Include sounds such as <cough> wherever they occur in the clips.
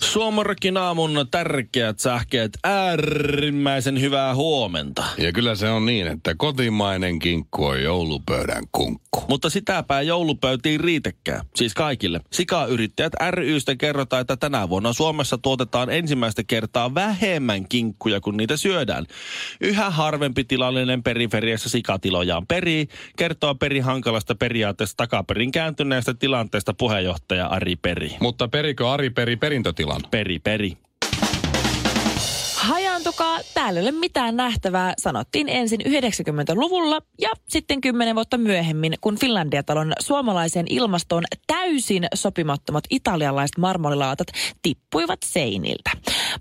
Suomarkin aamun tärkeät sähkeet. Äärimmäisen hyvää huomenta. Ja kyllä se on niin, että kotimainen kinkku on joulupöydän kunkku. Mutta sitäpä joulupöytiin riitekään, siis kaikille. Sikayrittäjät rystä kerrotaan, että tänä vuonna Suomessa tuotetaan ensimmäistä kertaa vähemmän kinkkuja kuin niitä syödään. Yhä harvempi tilallinen periferiassa sikatilojaan perii, kertoo peri hankalasta periaatteesta takaperin kääntyneestä tilanteesta puheenjohtaja Ari Peri. Mutta perikö Ari Peri perintötilan? Peri, peri. Hajaantukaa, täällä ei ole mitään nähtävää, sanottiin ensin 90-luvulla ja sitten 10 vuotta myöhemmin, kun Finlandia-talon suomalaiseen ilmastoon täysin sopimattomat italialaiset marmorilaatat tippuivat seiniltä.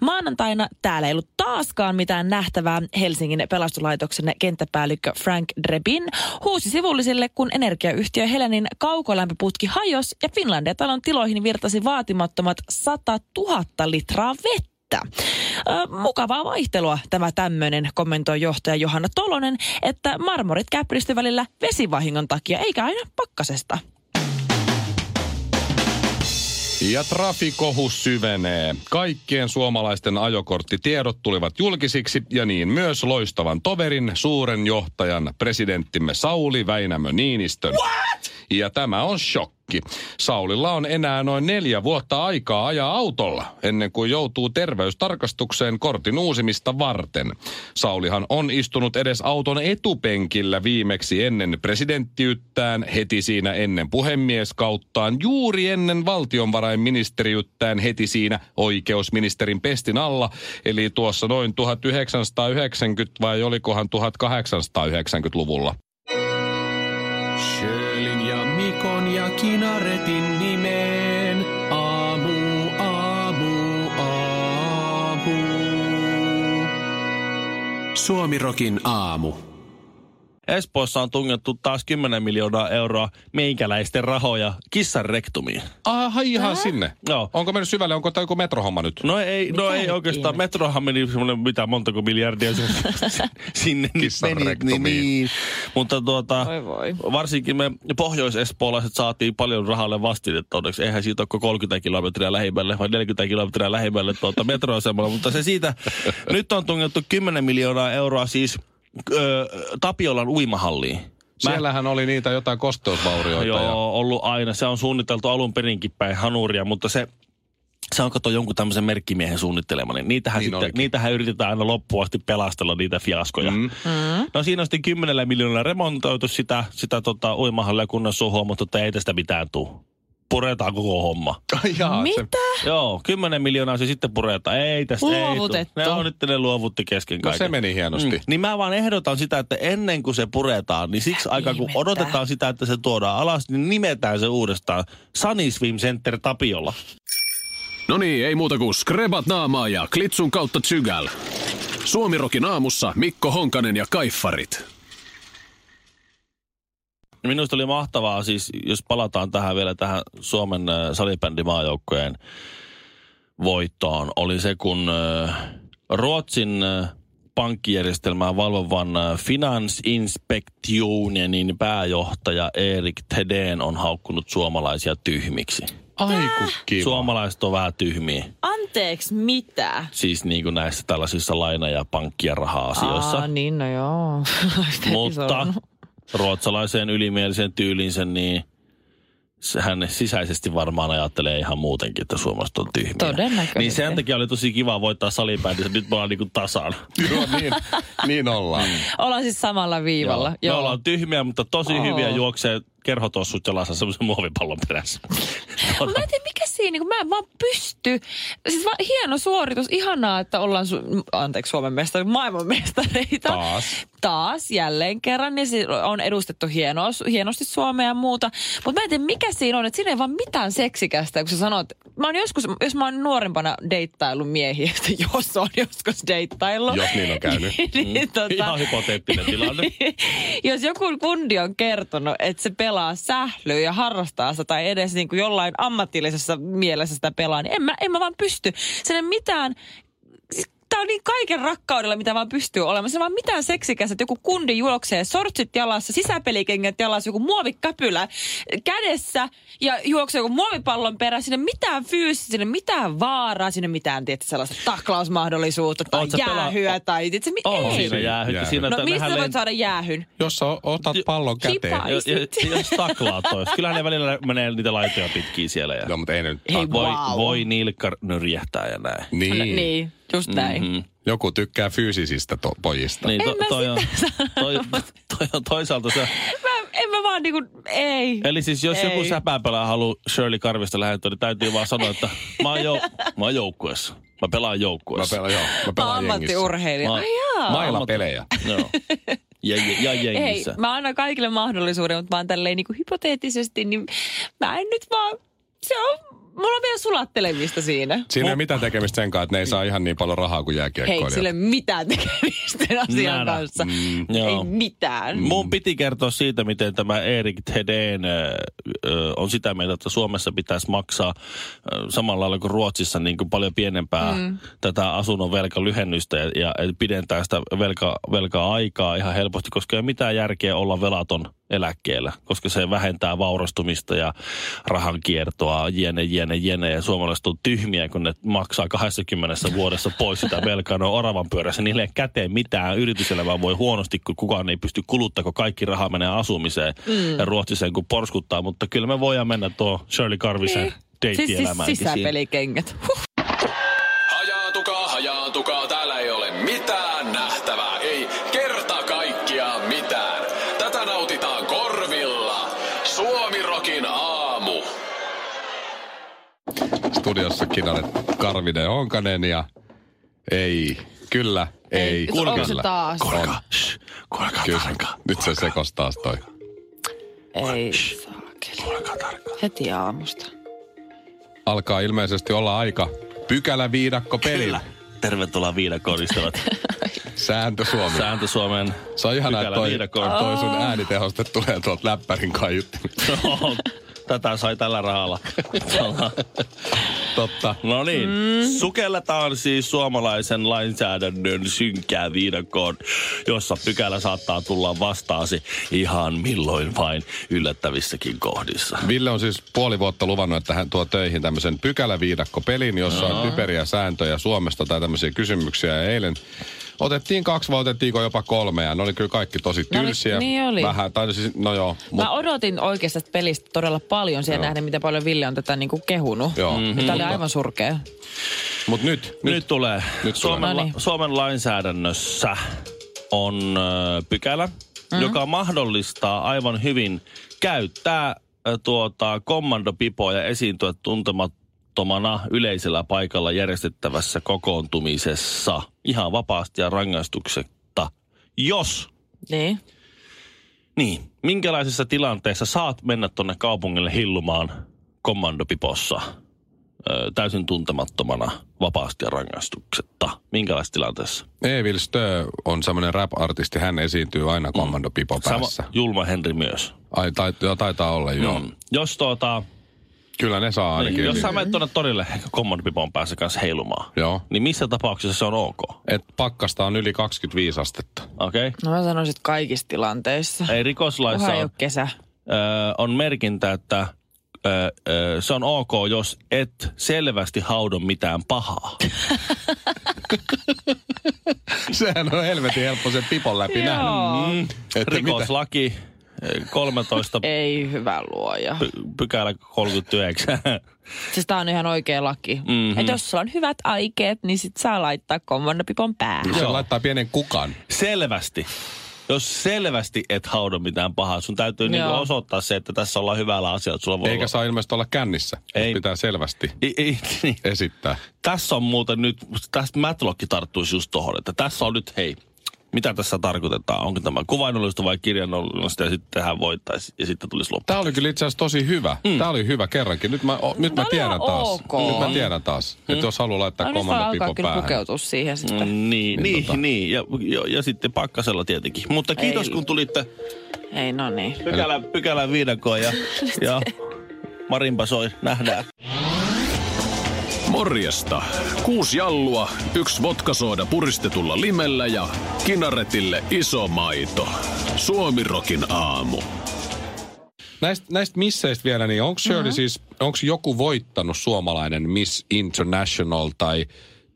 Maanantaina täällä ei ollut taaskaan mitään nähtävää. Helsingin pelastuslaitoksen kenttäpäällikkö Frank Drebin huusi sivullisille, kun energiayhtiö Helenin kaukolämpöputki hajosi ja Finlandia-talon tiloihin virtasi vaatimattomat 100 000 litraa vettä vettä. Ö, mukavaa vaihtelua tämä tämmöinen, kommentoi johtaja Johanna Tolonen, että marmorit käpristyy välillä vesivahingon takia, eikä aina pakkasesta. Ja trafikohu syvenee. Kaikkien suomalaisten ajokorttitiedot tulivat julkisiksi ja niin myös loistavan toverin, suuren johtajan, presidenttimme Sauli Väinämö Niinistön. What? Ja tämä on shokki. Saulilla on enää noin neljä vuotta aikaa ajaa autolla, ennen kuin joutuu terveystarkastukseen kortin uusimista varten. Saulihan on istunut edes auton etupenkillä viimeksi ennen presidenttiyttään, heti siinä ennen puhemieskauttaan, juuri ennen valtionvarainministeriyttään, heti siinä oikeusministerin pestin alla, eli tuossa noin 1990 vai olikohan 1890-luvulla. Sjölin ja Mikon ja Kinaretin nimeen. Aamu, aamu, aamu. Suomirokin aamu. Espoossa on tungettu taas 10 miljoonaa euroa meikäläisten rahoja kissan rektumiin. Aha, Ah, ihan sinne. Joo. Onko mennyt syvälle? Onko tämä joku metrohomma nyt? No ei, no ei nyt oikeastaan. Metrohan meni semmoinen mitä montako miljardia se <laughs> sinne nyt Kissan meni. Niin, rektumiin. niin. Mutta tuota, Oi voi. varsinkin me pohjois-espoolaiset saatiin paljon rahalle vastinetta onneksi. Eihän siitä ole kuin 30 kilometriä lähimmälle vai 40 kilometriä lähimmälle <laughs> tuota metroasemalla. Mutta se siitä, nyt on tungettu 10 miljoonaa euroa siis ö, Tapiolan uimahalliin. Mä- Siellähän oli niitä jotain kosteusvaurioita. ja... Joo, ollut aina. Se on suunniteltu alun perinkin päin hanuria, mutta se, se on kato jonkun tämmöisen merkkimiehen suunnittelema. Niin niitähän, Niin niin sitten, olikin. niitähän yritetään aina loppuun asti pelastella niitä fiaskoja. Mm. No siinä on sitten kymmenellä miljoonalla remontoitu sitä, sitä tota, uimahallia kunnan suhoa, mutta että ei tästä mitään tuu. Puretaan koko homma. <laughs> Jaa, se- Mitä? Joo, 10 miljoonaa se sitten puretaan. Ei tästä ei tuu. Luovutettu. Ne on nyt ne luovutti kesken No kaiken. se meni hienosti. Mm. Niin mä vaan ehdotan sitä, että ennen kuin se puretaan, niin siksi aikaa kun ihmettä. odotetaan sitä, että se tuodaan alas, niin nimetään se uudestaan Sunny Swim Center Tapiolla. No niin, ei muuta kuin skrebat naamaa ja klitsun kautta tsygäl. Suomirokin aamussa Mikko Honkanen ja Kaiffarit. Niin Minusta oli mahtavaa siis, jos palataan tähän vielä tähän Suomen äh, salibändimaajoukkojen voittoon, oli se kun äh, Ruotsin äh, pankkijärjestelmää valvovan äh, Finansinspektionenin pääjohtaja Erik Thedeen on haukkunut suomalaisia tyhmiksi. Ai kun kiva. Suomalaiset on vähän tyhmiä. Anteeksi, mitä? siis niin kuin näissä tällaisissa laina- ja pankki- ja raha-asioissa. Aa, niin, no joo. <laughs> Sitä ei Mutta Niin. solunut. ruotsalaiseen ylimieliseen tyylinsä, niin se- hän sisäisesti varmaan ajattelee ihan muutenkin, että suomalaiset on tyhmiä. Todennäköisesti. Niin sen takia oli tosi kiva voittaa salibändissä. Nyt me ollaan niinku tasan. Joo, niin, niin ollaan. Mm. Ollaan siis samalla viivalla. Me ollaan tyhmiä, mutta tosi Oo. hyviä juoksee kerhotossut jalassa semmoisen muovipallon perässä. Mut Mä en tiedä, mikä siinä, kun mä en vaan pysty. Siis vaan hieno suoritus, ihanaa, että ollaan, su- anteeksi, Suomen mestari, maailman mestareita. Taas. taas jälleen kerran, niin si- on edustettu hienoa, hienosti Suomea ja muuta. Mutta mä en tiedä, mikä siinä on, että siinä ei vaan mitään seksikästä, kun sä sanot, mä oon joskus, jos mä oon nuorempana deittaillut miehiä, <laughs> että jos on joskus deittaillut. Jos niin on käynyt. niin, tota, Ihan hypoteettinen <laughs> tilanne. jos joku kundi on kertonut, että se pelaa sählyä ja harrastaa sitä tai edes niin kuin jollain ammatillisessa mielessä sitä pelaa, niin en mä, en mä vaan pysty. Sen ei mitään Tämä on niin kaiken rakkaudella, mitä vaan pystyy olemaan. Se ei vaan mitään seksikäs, että joku kundi juoksee sortsit jalassa, sisäpelikengät jalassa, joku muovikäpylä kädessä ja juoksee joku muovipallon perään. Sinne mitään fyysistä, sinne mitään vaaraa, sinne mitään tietysti sellaista taklausmahdollisuutta tai Oot sä pelaa- jäähyä tai tietysti, mi- On ei. siinä jäähytty. Jäähytty. Siinä No tä- mistä vähän sä voit lent- saada jäähyn? Jos sä otat pallon käteen. Kipa- jos, jos, jos taklaa toista. Kyllähän ne välillä menee niitä laitoja pitkiä siellä. Ja Joo, mutta ei ne nyt. Ei voi, wow. voi nilkka nyrjähtää ja näin. No, Niin. niin, Mhm. just näin. Mm-hmm. Joku tykkää fyysisistä to- pojista. Niin, En mä toi, on, toi, toi on toisaalta se. Mä, en mä vaan niinku, ei. Eli siis jos joku Ei. säpäpelä haluaa Shirley Karvista lähettää, niin täytyy vaan sanoa, että mä oon, jou, mä oon joukkueessa. Mä pelaan Mä joukkueessa. pelaan, joo, mä Mä oon pelaan jengissä. ammattiurheilija. Mä- Ai jaa. Mailapelejä. <laughs> Joo. Ja, ja, ja Ei, jengissä. mä annan kaikille mahdollisuuden, mutta mä oon tälleen niinku hypoteettisesti, niin mä en nyt vaan, se on, mulla on vielä sulattelemista siinä. Siinä ei ole mitään tekemistä sen kanssa, että ne ei saa ihan niin paljon rahaa kuin Hei, jääkiekkoilijat. sille mitään tekemistä asian Nada. kanssa. Mm, ei joo. Mm, mitään. Mun piti kertoa siitä, miten tämä Erik Thedeen ö, ö, on sitä mieltä, että Suomessa pitäisi maksaa ö, samalla lailla kuin Ruotsissa niin kuin paljon pienempää mm. tätä asunnon velkalyhennystä ja, ja pidentää sitä velka, velka-aikaa ihan helposti, koska ei ole mitään järkeä olla velaton eläkkeellä, koska se vähentää vaurastumista ja rahan kiertoa, jene, jene, jene. Ja suomalaiset on tyhmiä, kun ne maksaa 20 vuodessa pois sitä velkaa. Ne on oravan pyörässä, niille ei käteen mitään. Yrityselämää voi huonosti, kun kukaan ei pysty kuluttaa, kun kaikki raha menee asumiseen mm. ja ruotsiseen, kun porskuttaa. Mutta kyllä me voidaan mennä tuo Shirley Karvisen niin. Siis, siis deittielämäänkin siinä. sisäpelikengät. Huh. Hajaatukaa, hajaatukaa, täällä ei ole mitään nähtävää, ei kerta kaikkia mitään. Tätä nautitaan korvilla. Suomirokin aamu. Studiossa kinaret Karvinen ja Honkanen ja ei, kyllä, ei, ei Onko kyllä. se taas? On. Shh, kuulkaa Kyllä, tarkkaan. nyt se sekos taas toi. Ei saakeli. Kuulkaa tarkkaan. Heti aamusta. Alkaa ilmeisesti olla aika pykälä viidakko pelillä. Kyllä. Tervetuloa viidakon ystävät. Sääntö Suomi. Sääntö Suomen <laughs> Se on ihanaa, että pykälä toi, viidakon. toi sun äänitehoste tulee tuolta läppärin <laughs> kaiuttimesta. No, Tätä sai tällä rahalla. Totta. No niin, mm. sukelletaan siis suomalaisen lainsäädännön synkkää viidakkoon, jossa pykälä saattaa tulla vastaasi ihan milloin vain yllättävissäkin kohdissa. Ville on siis puoli vuotta luvannut, että hän tuo töihin tämmöisen pykäläviidakkopelin, jossa on typeriä sääntöjä Suomesta tai tämmöisiä kysymyksiä. Ja eilen otettiin kaksi vai otettiinko jopa kolme ja ne oli kyllä kaikki tosi No oli- tylsiä. niin oli. Vähän, tai siis, no joo. Mut, Mä odotin oikeastaan tästä pelistä todella paljon siihen nähden, mitä paljon Ville on tätä niinku kehunut. Joo. Mm-hmm. Tämä oli aivan surkea. mut nyt, Nyt, nyt, tulee. Nyt Nyt Suomen, tulee. la- No niin. Suomen lainsäädännössä on ö, pykälä, mm. joka mahdollistaa aivan hyvin käyttää ö, tuota, kommandopipoa ja esiintyä tuntemattomana yleisellä paikalla järjestettävässä kokoontumisessa ihan vapaasti ja rangaistuksetta, jos Niin. niin, minkälaisessa tilanteessa saat mennä tuonne kaupungille hillumaan kommandopipossa ö, täysin tuntemattomana vapaasti ja rangaistuksetta? Minkälaisessa tilanteessa? Evil Stö on semmoinen rap-artisti, hän esiintyy aina Mm. kommandopipo päässä. Julma Henri myös. Ai, tait, joo, taitaa olla, joo. Mm. Jos, tuota, Kyllä ne saa ainakin. niin, jos sä yli. menet tuonne torille kommandopipon päässä kanssa heilumaan, Joo. niin missä tapauksessa se on ok? Et pakkasta on yli 25 astetta. <laughs> Okei? Okay? No mä sanoisin, että kaikissa tilanteissa. Ei rikoslaissa Kunhan ei on- ole kesä. ö, on merkintä, että ö, ö, se on ok, jos et selvästi haudo mitään pahaa. Sehän on helvetin helppo sen pipon läpi nähdä. Joo. Että mitä- Mm. Rikoslaki ö, <laughs> 13 Ei hyvä luoja. py- pykälä 39. Siis tää on ihan oikea laki. Mm-hmm. Että jos sulla on hyvät aikeet, niin sit saa laittaa kommandopipon päähän. Se laittaa pienen kukan. <laughs> selvästi. Jos selvästi et haudo mitään pahaa, sun täytyy niinku Joo. osoittaa se, että tässä ollaan hyvällä asialla. Sulla voi Eikä olla... saa ilmeisesti olla kännissä. Ei. Ei. Pitää selvästi I, i, niin. esittää. Tässä on muuten nyt, tästä Matlock tarttuisi just tohon, että tässä on nyt, hei, mitä tässä tarkoitetaan? Onko tämä kuvainnollista vai kirjannollista ja sitten tähän voittaisi ja sitten tulisi loppu. Tämä oli kyllä itse asiassa tosi hyvä. Mm. Tämä oli hyvä kerrankin. Nyt mä, o, nyt mä No, tiedän taas. ok. Nyt mä tiedän taas. Mm. Että jos haluaa laittaa No no, nyt voi komando alkaa pipo kyllä päähän. pukeutua siihen sitten. Mm, niin, niin, tota. niin, niin. Ja, ja, ja sitten pakkasella tietenkin. Mutta kiitos Ei. kun tulitte Ei no niin. pykälän, pykälän viidakoon <laughs> ja, ja Marinpa soi, nähdään. Morjesta. Kuusi jallua, yksi vodkasooda puristetulla limellä ja kinaretille iso maito. Suomirokin aamu. Näistä, näistä misseistä vielä, niin onko Shirley mm-hmm. siis, onko joku voittanut suomalainen Miss International tai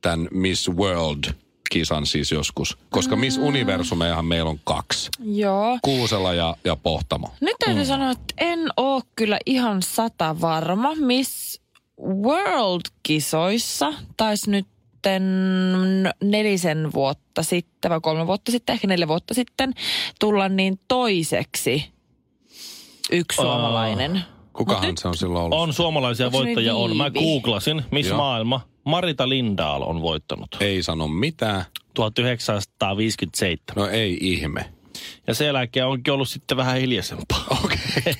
tämän Miss World kisan siis joskus? Koska Miss Mm. Universumejahan meillä on kaksi. Joo. Kuusela ja, ja Pohtamo. Nyt täytyy mm. sanoa, että en oo kyllä ihan sata varma, miss World-kisoissa taisi nyt nelisen vuotta sitten vai kolme vuotta sitten, ehkä neljä vuotta sitten tulla niin toiseksi yksi suomalainen. Kukahan se on silloin ollut? On suomalaisia Onks ne voittajia on. Mä viivi? googlasin, missä Joo. maailma. Marita Lindahl on voittanut Ei sano mitään. 1957. No ei ihme. Ja sen jälkeen onkin ollut sitten vähän hiljaisempaa. <laughs> Okei.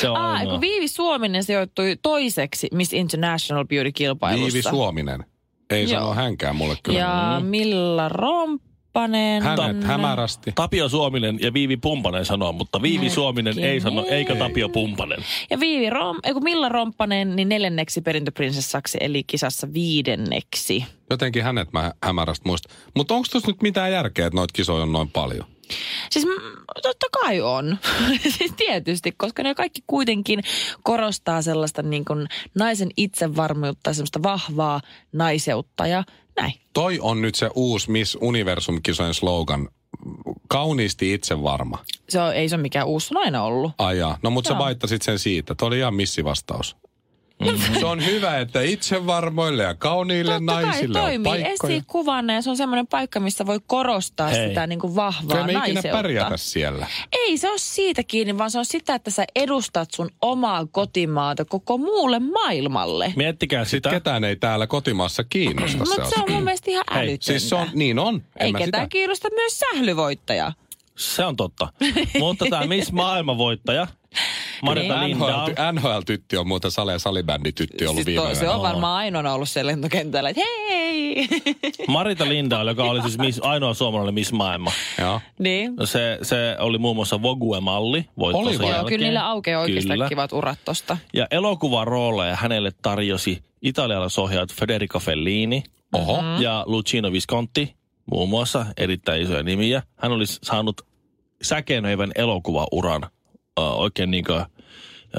se on Aa, ainoa. kun Viivi Suominen sijoittui toiseksi Miss International Beauty-kilpailussa. Viivi Suominen. Ei Joo. sano hänkään mulle kyllä. Mm. Ja Milla Romppanen. Hänet hämärästi. Tapio Suominen ja Viivi Pumpanen sanoo, mutta Viivi Suominen ei sano, eikä Tapio Pumpanen. Ja Viivi Rom, ei kun Milla Romppanen, niin neljänneksi perintöprinsessaksi, eli kisassa viidenneksi. Jotenkin hänet mä hämärästi muistan. Mutta onko tuossa nyt mitään järkeä, että noita kisoja on noin paljon? Siis mm, totta kai on. <laughs> siis tietysti, koska ne kaikki kuitenkin korostaa sellaista niin kuin naisen itsevarmuutta, semmoista vahvaa naiseutta ja näin. Toi on nyt se uusi Miss Universum-kisojen slogan. Kauniisti itsevarma. Se on, ei se ole mikään uusi, se on aina ollut. Ai jaa. No mutta sä Joo. vaittasit sen siitä. Toi oli ihan missivastaus. Se on hyvä, että itsevarmoille ja kauniille Mm-hmm. Totta kai naisille on toimii paikkoja. esikuvana ja se on semmoinen paikka, missä voi korostaa Hei. Hei. sitä niin kuin vahvaa Kyllä me ikinä naiseutta. pärjätä siellä. Ei se ole siitä kiinni, vaan se on sitä, että sä edustat sun omaa kotimaata koko muulle maailmalle. Miettikää sitä. Sitten ketään ei täällä kotimaassa kiinnosta se Mutta se asia. on mun mielestä ihan Hei, älytöntä. Siis se on, niin on. En Ei mä ketään sitä. kiinnosta myös sählyvoittaja. Se on totta. Mutta tämä Miss <laughs> Maailmanvoittaja, Marita Niin. Lindahl. NHL, NHL-tytti on muuten sale- ja salibänditytti ollut Siis viime to, se yönä. on varmaan ainoana ollut siellä lentokentällä, että hei! <laughs> Marita Lindahl, joka oli siis miss, ainoa suomalainen Miss Maailma. No Joo. niin. Se, se oli muun muassa Vogue-malli. Oli Oli vai? Joo, kyllä niillä aukeaa oikeastaan kivat urat tosta. Ja elokuvarooleja hänelle tarjosi italialaisohjaajat Federico Fellini Oho. Mm. ja Luciano Visconti, muun muassa erittäin isoja nimiä. Hän oli saanut säkenöivän elokuvauran äh, oikein niin kuin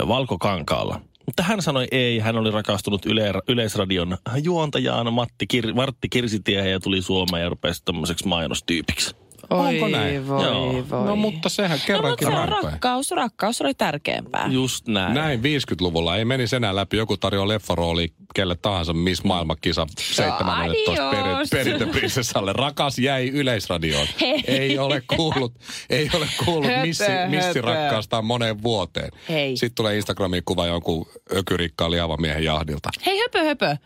valkokankaalla. Mutta hän sanoi ei, hän oli rakastunut yle, Yleisradion juontajaan Matti Kir, Martti Kirsitie ja tuli Suomeen ja rupesi tämmöiseksi mainostyypiksi. Oi, Onko näin? voi, Joo. voi. No mutta sehän no, mutta kerrankin se on rampain. rakkaus, rakkaus oli tärkeämpää. Just näin. Näin 50-luvulla ei menisi enää läpi. Joku tarjoaa leffarooli kelle tahansa Miss Maailmankisa 17 peri- No, adios. perintöprinsessalle. Rakas jäi yleisradioon. Hei. Ei ole kuullut, ei ole kuullut Höpö, missi, missi höpö. rakkaastaan moneen vuoteen. Hei. Sitten tulee Instagramiin kuva jonkun ökyrikkaan liavamiehen jahdilta. Hei höpö höpö.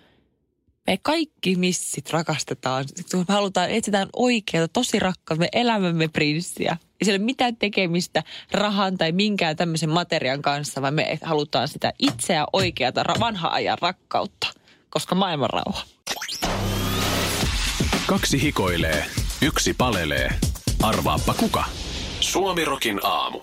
Me kaikki missit rakastetaan. Me halutaan, etsitään oikeaa, tosi rakkautta. Me elämämme prinssiä. Ei sillä ole mitään tekemistä rahan tai minkään tämmöisen materian kanssa, vaan me halutaan sitä itseä oikeata ra- vanhaa ajan rakkautta. Koska maailman rauha. Kaksi hikoilee, yksi palelee. Arvaappa kuka? Suomirokin aamu.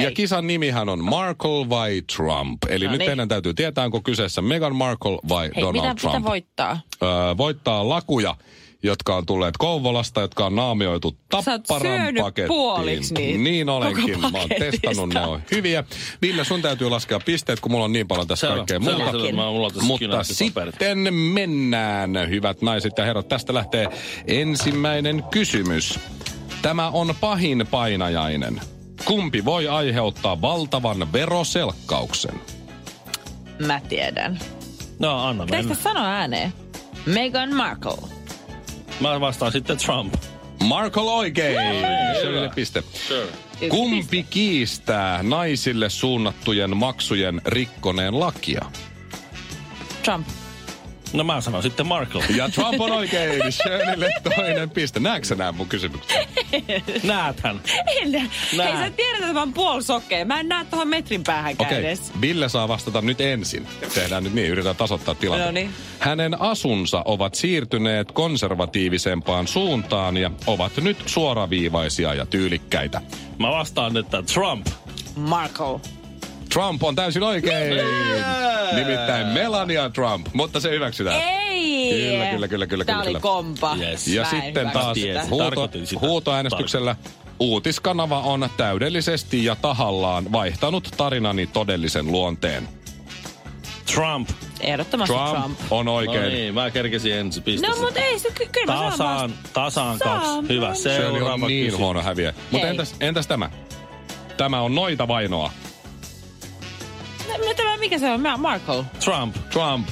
Ja kisan nimihän on Markle vai Trump. Eli No nyt niin. teidän täytyy tietää, onko kyseessä Meghan Markle vai Hei, Donald mitä, Trump. mitä voittaa? öö, voittaa lakuja, jotka on tulleet Kouvolasta, jotka on naamioitu tapparan syönyt pakettiin. puoliksi niitä Niin olenkin. koko Mä oon paketista. testannut ne on hyviä. Ville, sun täytyy laskea pisteet, kun mulla on niin paljon tässä Selvä, kaikkea selvä, muuta. selvä. Mä- mulla on tässä Mutta kynät ja paperit. sitten mennään, hyvät naiset ja herrat. Tästä lähtee ensimmäinen kysymys. Tämä on pahin painajainen. Kumpi voi aiheuttaa valtavan veroselkkauksen? Mä tiedän. No anna Teistä mennä. sano ääneen. Meghan Markle. Mä vastaan sitten Trump. Markle oikein! Selville piste. Yksi piste. Kumpi kiistää naisille suunnattujen maksujen rikkoneen lakia? Trump. <laughs> No mä sanon sitten Markle. Ja Trump on oikein. Shirleylle toinen piste. Näetkö sä nää mun kysymykset? Näethän. En nä- Nää. Hei, sä tiedät, että mä oon puolisokea. Mä en näe tuohon metrin päähän Okei, okay. Ville saa vastata nyt ensin. Tehdään nyt niin, yritetään tasoittaa tilanne. No niin. Hänen asunsa ovat siirtyneet konservatiivisempaan suuntaan ja ovat nyt suoraviivaisia ja tyylikkäitä. Mä vastaan, että Trump. Marco. Trump on täysin oikein. Nimittäin Melania Trump, mutta se hyväksytään. Ei! Kyllä, kyllä, kyllä, kyllä, Tää kyllä, oli kyllä. kompa. Yes. Ja Mä en sitten hyväksy taas sitä. Tiesi, huuto, tarkoitin sitä. huutoäänestyksellä uutiskanava on täydellisesti ja tahallaan vaihtanut tarinani todellisen luonteen. Trump. Ehdottomasti Trump, Trump. on Oikein. No oikein. niin, mä kerkesin ensi piste. No mut ei se, ky- kyllä mä saan Tasaan, vasta- tasaan Saan, kaksi. Hyvä, no niin. Se oli seuraava niin kysymys. huono häviä. Mutta Hei. entäs, entäs tämä? Tämä on noita vainoa. No, no tämä, mikä se on? Mä, Marco. Trump. Trump.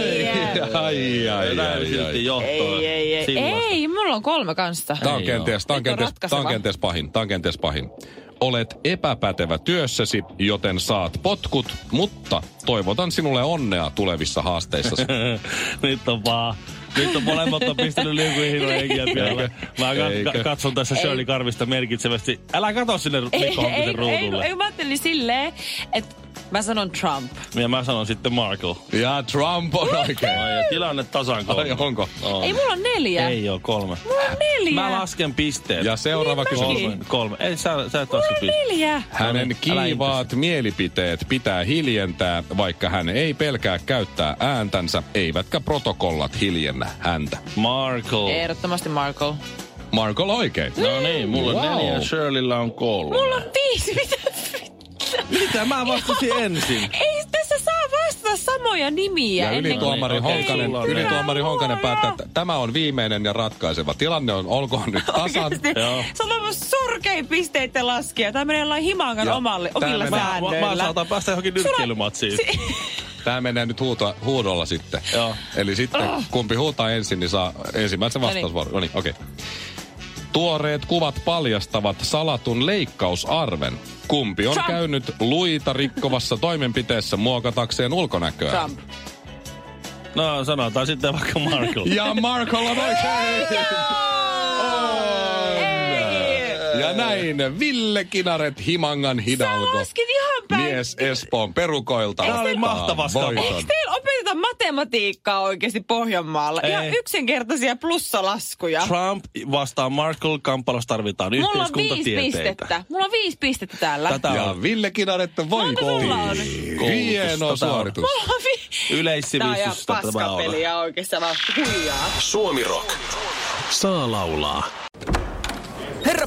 Ei, <laughs> Ai, ai, Näin ai, ai. silti johtoon. ei, ei, ei. Sillasta. Ei, mulla on kolme kanssa. Tämä on Ei oo. kenties, tämä on Nyt on kenties, tämä on ratkaiseva. kenties pahin, tämä on kenties pahin. Olet epäpätevä työssäsi, joten saat potkut, mutta toivotan sinulle onnea tulevissa <laughs> haasteissasi. Nyt on vaan... Nyt on molemmat on pistänyt liukuihin henkiä pialle. Mä kat- Eikö? ka- katson tässä Shirley Karvista merkitsevästi. Älä katso sinne ei, Mikko ei, Honkisen ei, kun- ruudulle. ei, mä ajattelin silleen, että mä sanon Trump. Ja mä sanon sitten Markle. ja Trump on oikein. Ai, ja tilanne tasan kolme. Ai, onko? On. Ei, mulla on neljä. Ei oo kolme. Mulla on neljä. Mä lasken pisteet. Ja seuraava Niin kysymys. mäkin. Kolme. kolme. Ei, sä, sä et Mulla laske on pisteet. neljä. Hänen Älä kiivaat mielipiteet pitää hiljentää, vaikka hän ei pelkää käyttää ääntänsä, eivätkä protokollat hiljennä häntä. Oh. Markle. Ehdottomasti Marco. Marko oikein. No niin, mulla on Wow. neljä, Shirleyllä on kolme. Mulla on viisi. <laughs> Mitä? Mitä? Mä <laughs> vastasin ensin. Ei tässä saa vastata samoja nimiä. Ja ennen kuin- ylituomari Okei, Honkanen, sulla on näin. ylituomari Hyvä Honkanen luoja. päättää, että tämä on viimeinen ja ratkaiseva. Tilanne on, olkoon nyt tasan. Oikeesti. Joo. Se on aivan surkein pisteitten laskija. Tää menee jollain himangan Joo. omalle, Tää omilla menee- Mä, mä, mä <laughs> säännöillä. saatan päästä johonkin Sulla- nyrkkeilymatsiin. Tämä menee nyt huuto, huudolla sitten. Joo. Eli sitten kumpi huutaa ensin, niin saa ensimmäisen Ah. No niin. vastausvuoron. No niin, okei. Tuoreet kuvat paljastavat salatun leikkausarven. Kumpi on Trump. käynyt luita rikkovassa toimenpiteessä muokatakseen ulkonäköä? Trump. No sanotaan sitten vaikka <laughs> Markle. Ja Marko on <laughs> oikein! On! Ja näin Ville Kinaret Himangan Sä Hidalgo. laskit ihan päin. Mies Espoon perukoilta. Tää oli ottaa mahtava skapa. voiton. Eikö teillä opeteta matematiikkaa oikeasti Pohjanmaalla? Ei. Ihan yksinkertaisia plussalaskuja. Trump vastaa Markle, Kampalas tarvitaan Mulla on viisi yhteiskuntatieteitä. pistettä. Mulla on viisi pistettä täällä. Tätä Ja on Ville Kinaret Monta voitti. sulla on? Hieno Koulutusta tää on. suoritus. Mulla on vi- Tää on ihan yleissivistystä tämä on. paskapeliä oikeesti. Mä huijaa. Suomi Rock. Saa laulaa. Mm. Herra